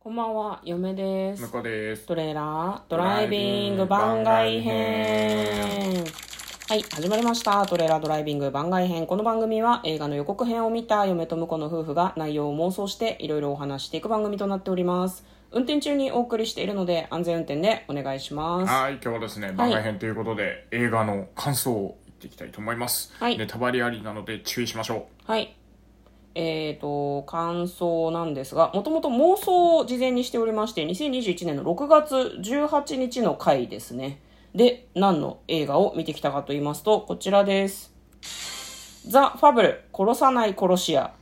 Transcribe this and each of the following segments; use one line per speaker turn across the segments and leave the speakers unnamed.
こんばんは、嫁で
向
す。
こうです。
トレーラードライビング番外編。はい、始まりました。トレーラードライビング番外編。この番組は映画の予告編を見た嫁と婿の夫婦が内容を妄想していろいろお話していく番組となっております。運転中にお送りしているので安全運転でお願いします。
はい、今日はですね、番外編ということで、映画の感想を言っていきたいと思います。
はい
ネタバレありなので注意しましょ
はい。えーと、感想なんですが、もともと妄想を事前にしておりまして、2021年の6月18日の回ですね。で、何の映画を見てきたかと言いますと、こちらです。ザ・ファブル、殺さない殺し屋。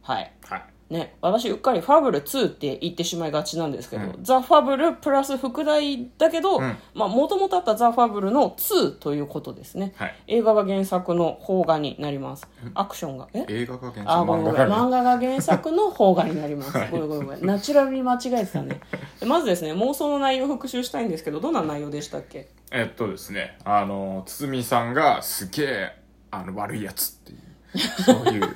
はい。
う。はい。
ね、私うっかり「ファブル2」って言ってしまいがちなんですけど「ザ・ファブル」プラス副題だけど
ん
もともとあった「ザ・ファブル」の2ということですね、
はい
映画が原作の邦画になりますアクションがえ
映画が原
あ、
作
ごめんごめ
漫画
ん。
から
漫画が原作の邦画になります。ごめんごめんごめん。ナチュラルに間違えてたね。でまずですね、妄想の内容を復習したいんですけど、どんな内容でしたっけ
えっとですね、あの、堤さんがすげえ、あの、悪いやつっていう、そう いう、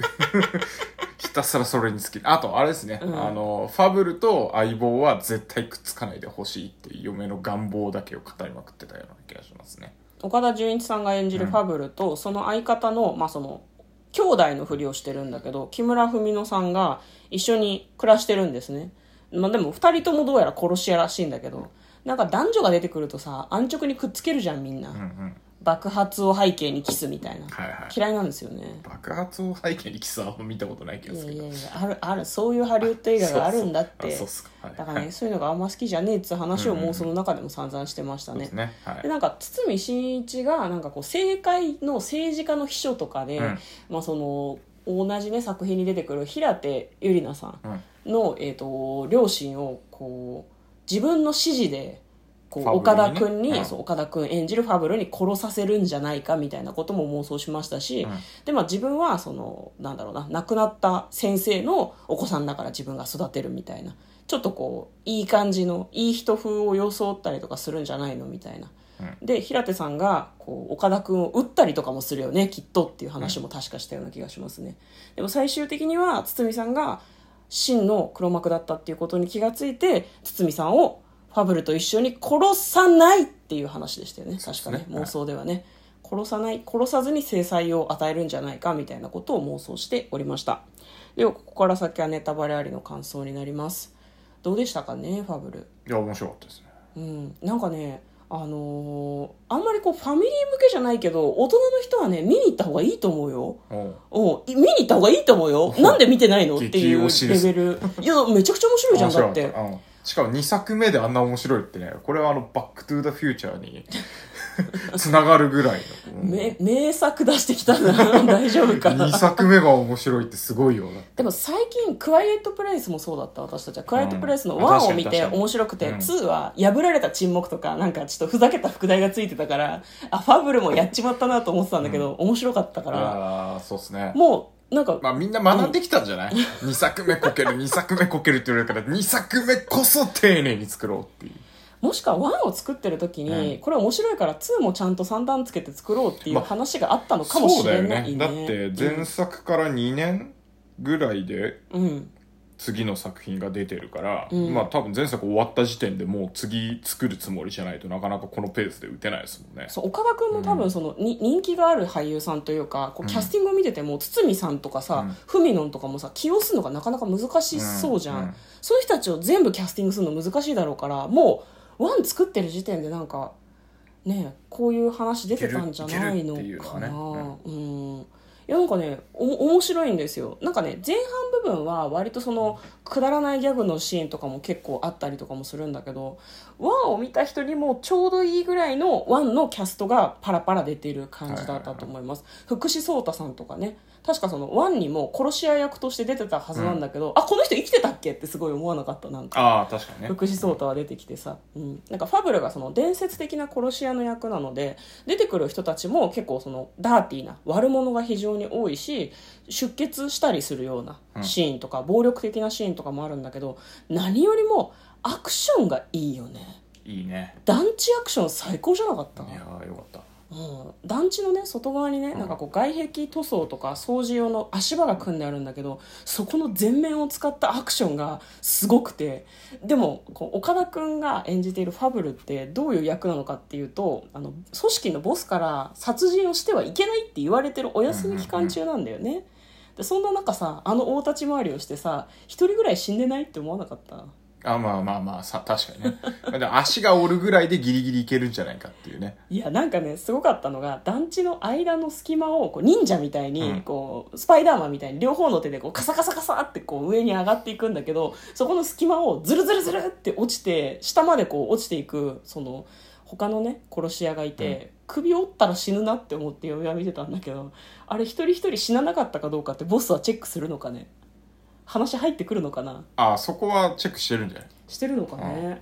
ひたすらそれにつき、あと、あれですね、
ん
あの、ファブルと相棒は絶対くっつかないでほしいっていう嫁の願望だけを語りまくってたような気がしますね。
岡田准一さんが演じるファブルと、その相方の、まあその、兄弟のふりをしてるんだけど、木村文乃さんが一緒に暮らしてるんですね。まあでも二人ともどうやら殺し屋らしいんだけど、なんか男女が出てくるとさ、安直にくっつけるじゃんみんな。
うんうん。
爆発を背景にキスみたいな。
はいはい。
嫌いなんですよね。
爆発を背景にキスはあんま見たことない気が
い
す
や
る
い
けど
や。いやあるあるそういうハリウッド映画があるんだって
そうそうあそうっすかはい
だからねそういうのがあんま好きじゃねえっつう話を妄想の中でも散々してました
そうで
ね
す。ね。は
で
い。
なんか堤真一がなんかこう政界の政治家の秘書とかで、
うん
まあ、その同じ、ね、作品に出てくる平手友梨奈さん
うん。
の、えー、と両親をこう自分の指示でこう
ファブ
岡
ルにね
田君に、
うん
そう岡田君演じるファブルに殺させるんじゃないかみたいなことも妄想しましたし、
うん
でまあ、自分はそのなんだろうな亡くなった先生のお子さんだから自分が育てるみたいなちょっとこういい感じのいい人風を装ったりとかするんじゃないのみたいな。で平手さんがこう岡田君を撃ったりとかもするよねきっとっていう話も確かしたような気がしますね、でも最終的には堤さんが真の黒幕だったっていうことに気がついて堤さんをファブルと一緒に殺さないっていう話でしたよね確か
そう
ね
ですね
妄想ではね、殺さない殺さずに制裁を与えるんじゃないかみたいなことを妄想しておりましたではここから先はネタバレありの感想になりますどうでしたかねファブル
いや、面白かったですね。
うん、なんかね、あのーあんまりこうファミリー向けじゃないけど大人の人はね見に行った方がいいと思うよ
おう
お見に行った方がいいと思う よなんで見てないのっ
激
ていう
推しで
レ
す
ベルいやめちゃくちゃ面白いじゃんだっ
面
て
白かたうんしかも2作目であんな面白いってね、これはあの、バックトゥーザフューチャ ーに繋がるぐらいの。
め名作出してきたな 大丈夫かな
2作目が面白いってすごいよ。だって
でも最近クワイエットプレイスもそうだった私たちはクワイエットプレイスの
うんあ確
1
か
を
に
見て
確かに
面白くて、
うん
2は破られた沈黙とかなんかちょっとふざけた副題がついてたからあファブルもやっちまったなと思ってたんだけど、面白かったから
ああ、そうっすね。
もうなんか
まあみんな学んできたんじゃない ?2 作目こける、2作目こけるって言われるから、2作目こそ丁寧に作ろうっていう。
もしくは1を作ってる時に、
うん
これ面白いから2もちゃんと三段つけて作ろうっていう
まあ
話があったのかもしれないね,、
だって前作から2年ぐらいで
うん
次の作品が出てるから、
うん
まあ多分前作終わった時点でもう次作るつもりじゃないとなかなかこのペースで打てないですもんね
そう岡田君も多分その、に人気がある俳優さんというかこうキャスティングを見てても、堤さんとかさ、
うん
ふみのんとかもさ起用するのがなかなか難しそうじゃん、
うんうん
そういう人たちを全部キャスティングするの難しいだろうからもう1作ってる時点でなんかねこういう話出てたんじゃないの
いけるいけるっていう
か
の
な
は
うん、いやなんかねおも面白いんですよなんかね前半部分は割とそのくだらないギャグのシーンとかも結構あったりとかもするんだけど1を見た人にもちょうどいいぐらいの1のキャストがパラパラ出てる感じだったと思います、福士蒼太さんとかね確かその1にも殺し屋役として出てたはずなんだけど、あこの人生きてたっけってすごい思わなかったなんか
ああ確かにね
福士蒼太は出てきてさ、うん、なんかファブルがその伝説的な殺し屋の役なので出てくる人たちも結構そのダーティーな悪者が非常に多いし出血したりするようなシーンとか、暴力的なシーンとかもあるんだけど何よりもアクションがいいよね
いいね
団地アクション最高じゃなかった
いやーよかった
もう団地のね外側にねなんかこう外壁塗装とか掃除用の足場が組んであるんだけどそこの全面を使ったアクションがすごくてでもこう岡田君が演じているファブルってどういう役なのかっていうとあの組織のボスから殺人をしてはいけないって言われてるお休み期間中なんだよね。でそんな中さあの大立ち回りをしてさ一人ぐらい死んでないって思わなかった
あまあまあまあさ確かにね まあでも足が折るぐらいでギリギリいけるんじゃないかっていうね
いやなんかねすごかったのが団地の間の隙間をこう忍者みたいに、
うん
こうスパイダーマンみたいに両方の手でこうカサカサカサってこう上に上がっていくんだけどそこの隙間をズルズルズルって落ちて下までこう落ちていくその他のね殺し屋がいて、首折ったら死ぬなって思って嫁は見てたんだけどあれ一人一人死ななかったかどうかってボスはチェックするのかね話入ってくるのかな
あそこはチェックしてるんじゃない
してるのかね、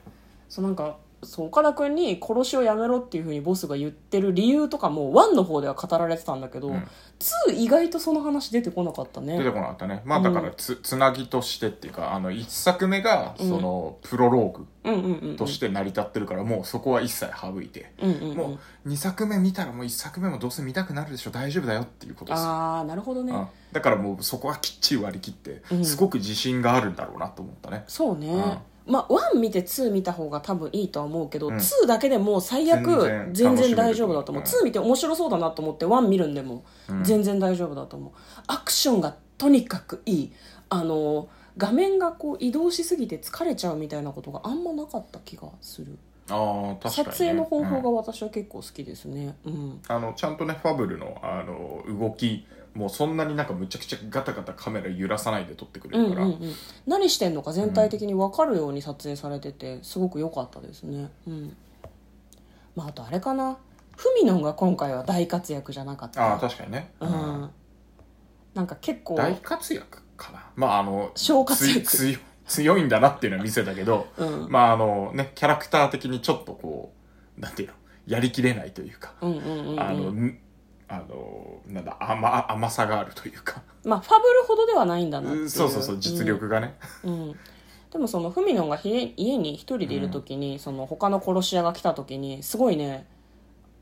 そうなんかそう岡田君に殺しをやめろっていうふうにボスが言ってる理由とかも1の方では語られてたんだけど、
うん
2意外とその話出てこなかった
出て
ね
こなかったねまあだからつ,、つなぎとしてっていうかあの一作目がその、プロローグ
うんうんうんうん
として成り立ってるから、もうそこは一切省いて、
うんうんうん
もう2作目見たらもう1作目もどうせ見たくなるでしょ大丈夫だよっていうことですよ
ああなるほどね、
うんだからもうそこはきっちり割り切って、
うん
すごく自信があるんだろうなと思ったね
そうね、まあ、1見て2見た方が多分いいとは思うけど、
うん
2だけでもう最悪
全然
全然大丈夫だと思う、
楽しめ
2見て面白そうだなと思って1見るんでも
うん
全然大丈夫だと思う、アクションがとにかくいいあの画面がこう移動しすぎて疲れちゃうみたいなことがあんまなかった気がする、
ああ確か
撮
に、
影
ね、
の方法
うん
が私は結構好きですねうん、
あのちゃんとねファブルのあの動きもうそんなになんかむちゃくちゃガタガタカメラ揺らさないで撮ってく
う
れ
ん、
る
うんう
から、
ん何してんのか全体的に分かるように撮影されててすごく良かったですねうんまああとあれかなフミノンが今回は大活躍じゃなかった
ああ確かにね、
う
うん
んなんか結構
大活躍かなまああの
小活躍
つ強強いんだなっていうのは見せたけど
うん
まああのねキャラクター的にちょっとこうなんていうのやりきれないというか、
うんうんうんうん
あのんあのなんだ甘甘さがあるというか
まあファブルほどではないんだなってい
そうそうそう実力がね、
うん、でもそのフミノンがひえ家に一人でいる時に、その他の殺し屋が来た時にすごいね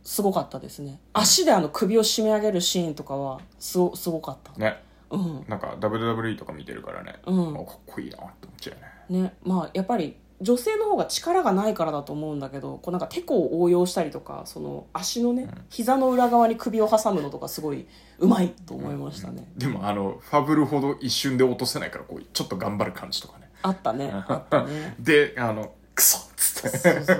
すごかったですね足であの首を締め上げるシーンとかはすごすごかった、
ね
うん
なんか WWE とか見てるからね、
うん
あかっこいいなって思っちゃうよね
ねまあやっぱり女性の方が力がないからだと思うんだけどこうなんかてこを応用したりとかその足のね、膝の裏側に首を挟むのとかすごいうまいと思いましたね、
でもあのファブルほど一瞬で落とせないからこうちょっと頑張る感じとかね
あった ねあったね
であのクソっつって
そうそうそう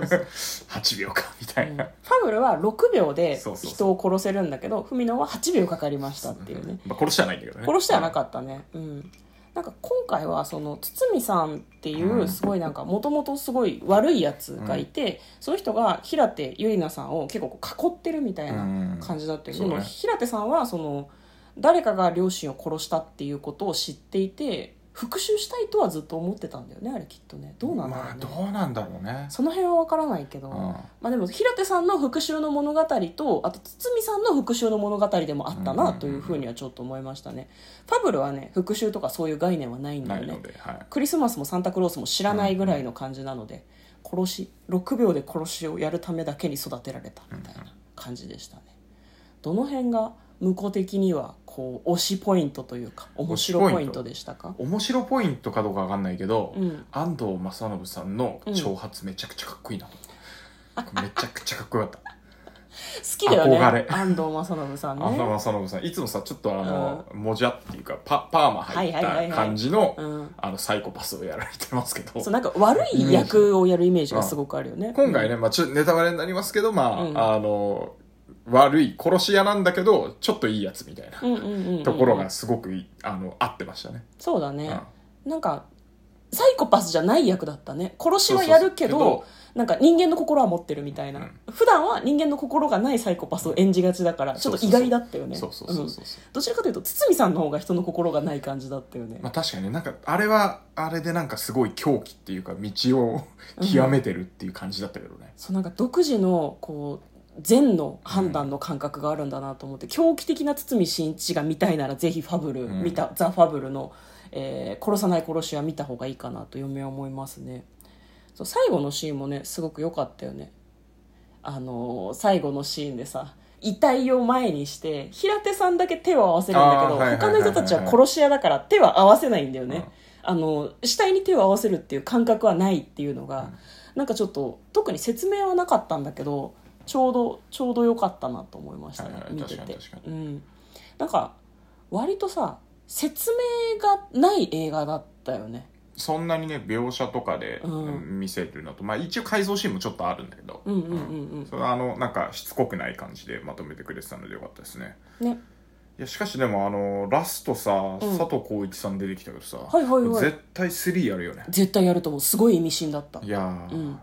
8秒かみたい
うんフ
な、
ァブルは6秒で
そうそうそう
人を殺せるんだけどフミノは8秒かかりましたっていうね
まあ、殺してはないんだけどね
殺してはな
っ
かったねうんなんか今回はその堤さんっていうすごいなんかもともとすごい悪いやつがいて、その人が平手友梨奈さんを結構こう囲ってるみたいな感じだったけど、
うん
でも
そうね
平手さんはその誰かが両親を殺したっていうことを知っていて復讐したいとはずっと思ってたんだよねあれきっとねどうなんだろう
まあ
ね、
どうなんだろうね
その辺は分からないけど、
う
まあ、でも平手さんの復讐の物語とあと堤さんの復讐の物語でもあったなというふうにはちょっと思いましたねファブルはね復讐とかそういう概念はないん
ん
だ
な
よ
い
ね
ので、はい、
クリスマスもサンタクロースも知らないぐらいの感じなので、殺し6秒で殺しをやるためだけに育てられたみたいな感じでしたねどの辺が向こう的にはこう推しポイントというか面白ポイントでしたか
面白ポイントかどうかわかんないけど、
うん
安藤正信さんの挑発めちゃくちゃかっこいいな、めちゃくちゃかっこ よかった
好きだよね
憧れ
安藤正信さ んね
安藤正信さんいつもさちょっとあの、もじゃっていうかパパーマ入っ
はいはいはい
た
はい
感じの、
うん
あのサイコパスをやられてますけど
そうなんか悪い役をやるイメージがすごくあるよね
今回ね、まあ、ちょネタバレになりますけど、まあ、
うん
あの、悪い殺し屋なんだけど、ちょっといいやつみたいな
うんうんうんうん
ところがすごくいい、あの、合ってましたね。
そうだね、
う
なんかサイコパスじゃない役だったね殺しはやるけど
そうそうそう
なんか人間の心は持ってるみたいな、
うん
普段は人間の心がないサイコパスを演じがちだからちょっと意外だったよ
ん。
ね。
そうそうそうそううん
どちらかというと堤さんの方が人の心がない感じだったよね、
まあ確かにね、なんか、あれは、あれでなんかすごい狂気っていうか、道を極めてるっていう感じだったけどね。
そうなんか独自のこう善の判断の感覚があるんだなと思って、狂気的な堤真一が見たいならぜひ「ファブル」
うん
見た「ザ・ファブルの」えー殺さない殺しは見た方がいいかなと嫁は思いますねそう最後のシーンもねすごく良かったよねあのー最後のシーンでさ遺体を前にして平手さんだけ手を合わせるんだけど、
あーはいはいはい
他
はい
の人たちは殺し屋だから手は合わせないんだよね、あの死体に手を合わせるっていう感覚はないっていうのが、
うん
なんかちょっと特に説明はなかったんだけどちょうどちょうど良かったなと思いましたね、
はいはい
見て
確か
て
に確か
うん、なんか割とさ説明がない映画だったよね
そんなにね描写とかで
うん
見せるのと、まあ一応改造シーンもちょっとあるんだけど、
うんうんうん
それはあのなんかしつこくない感じでまとめてくれてたのでよかったですね
うんね
いやしかしでもあのラストさ、
ん
佐藤浩市さん出てきたけどさ、
はいはいはい
絶対3やるよね
絶対やると思うすごい意味深だった
いやー、
うん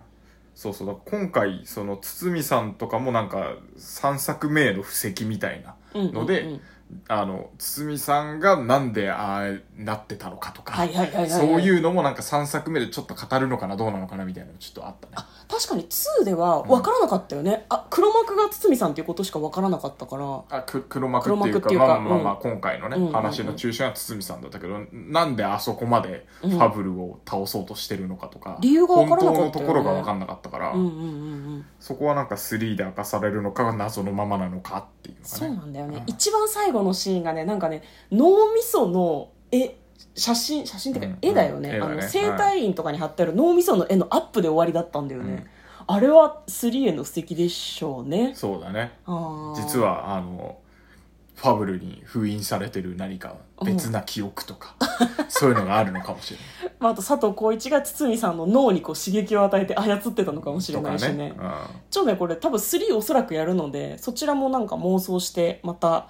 そうそうだから今回その堤さんとかもなんか3作目への布石みたいなので、
うんうんうん
あの堤さんがなんでああなってたのかとか、
はいはいはいはいはい
そういうのもなんか3作目でちょっと語るのかなどうなのかなみたいなのちょっとあったね
確かに2では分からなかったよね、あ黒幕が堤さんっていうことしか分からなかったから
あく黒幕っていうか
黒幕っていうか
まあまあまあ、今回のね、
うん
話の中心は堤さんだったけどなんであそこまでファブルを倒そうとしてるのかとか、
理由が分からなかったよね
本当のところが分かんなかったから、
うんうんうんうん
そこはなんか3で明かされるのかが謎のままなのかっていうのがね
そうなんだよね、
うん
一番最後のシーンがねなんかね脳みその絵写真写真っていうか
うん
絵だよね,、
うん絵だね
あ
は
の
い
整体院とかに貼ってある脳みその絵のアップで終わりだったんだよね、あれは 3A の素敵でしょうね
そうだね
あー
実はあのファブルに封印されてる何か別な記憶 とか、そういうのがあるのかもしれない
まあ、あと佐藤浩市が堤さんの脳にこう刺激を与えて操ってたのかもしれないしね
とか
ちょっとねこれ多分3おそらくやるのでそちらもなんか妄想してまた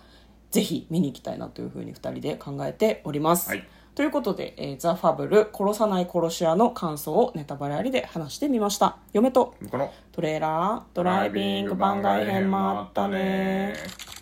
ぜひ見に行きたいなというふうに2人で考えております、
はい
ということで、えーザ・ファブル殺さない殺し屋の感想をネタバレありで話してみました嫁と
うん、この
トレーラード
ド
ライビング番外編もあったね
ー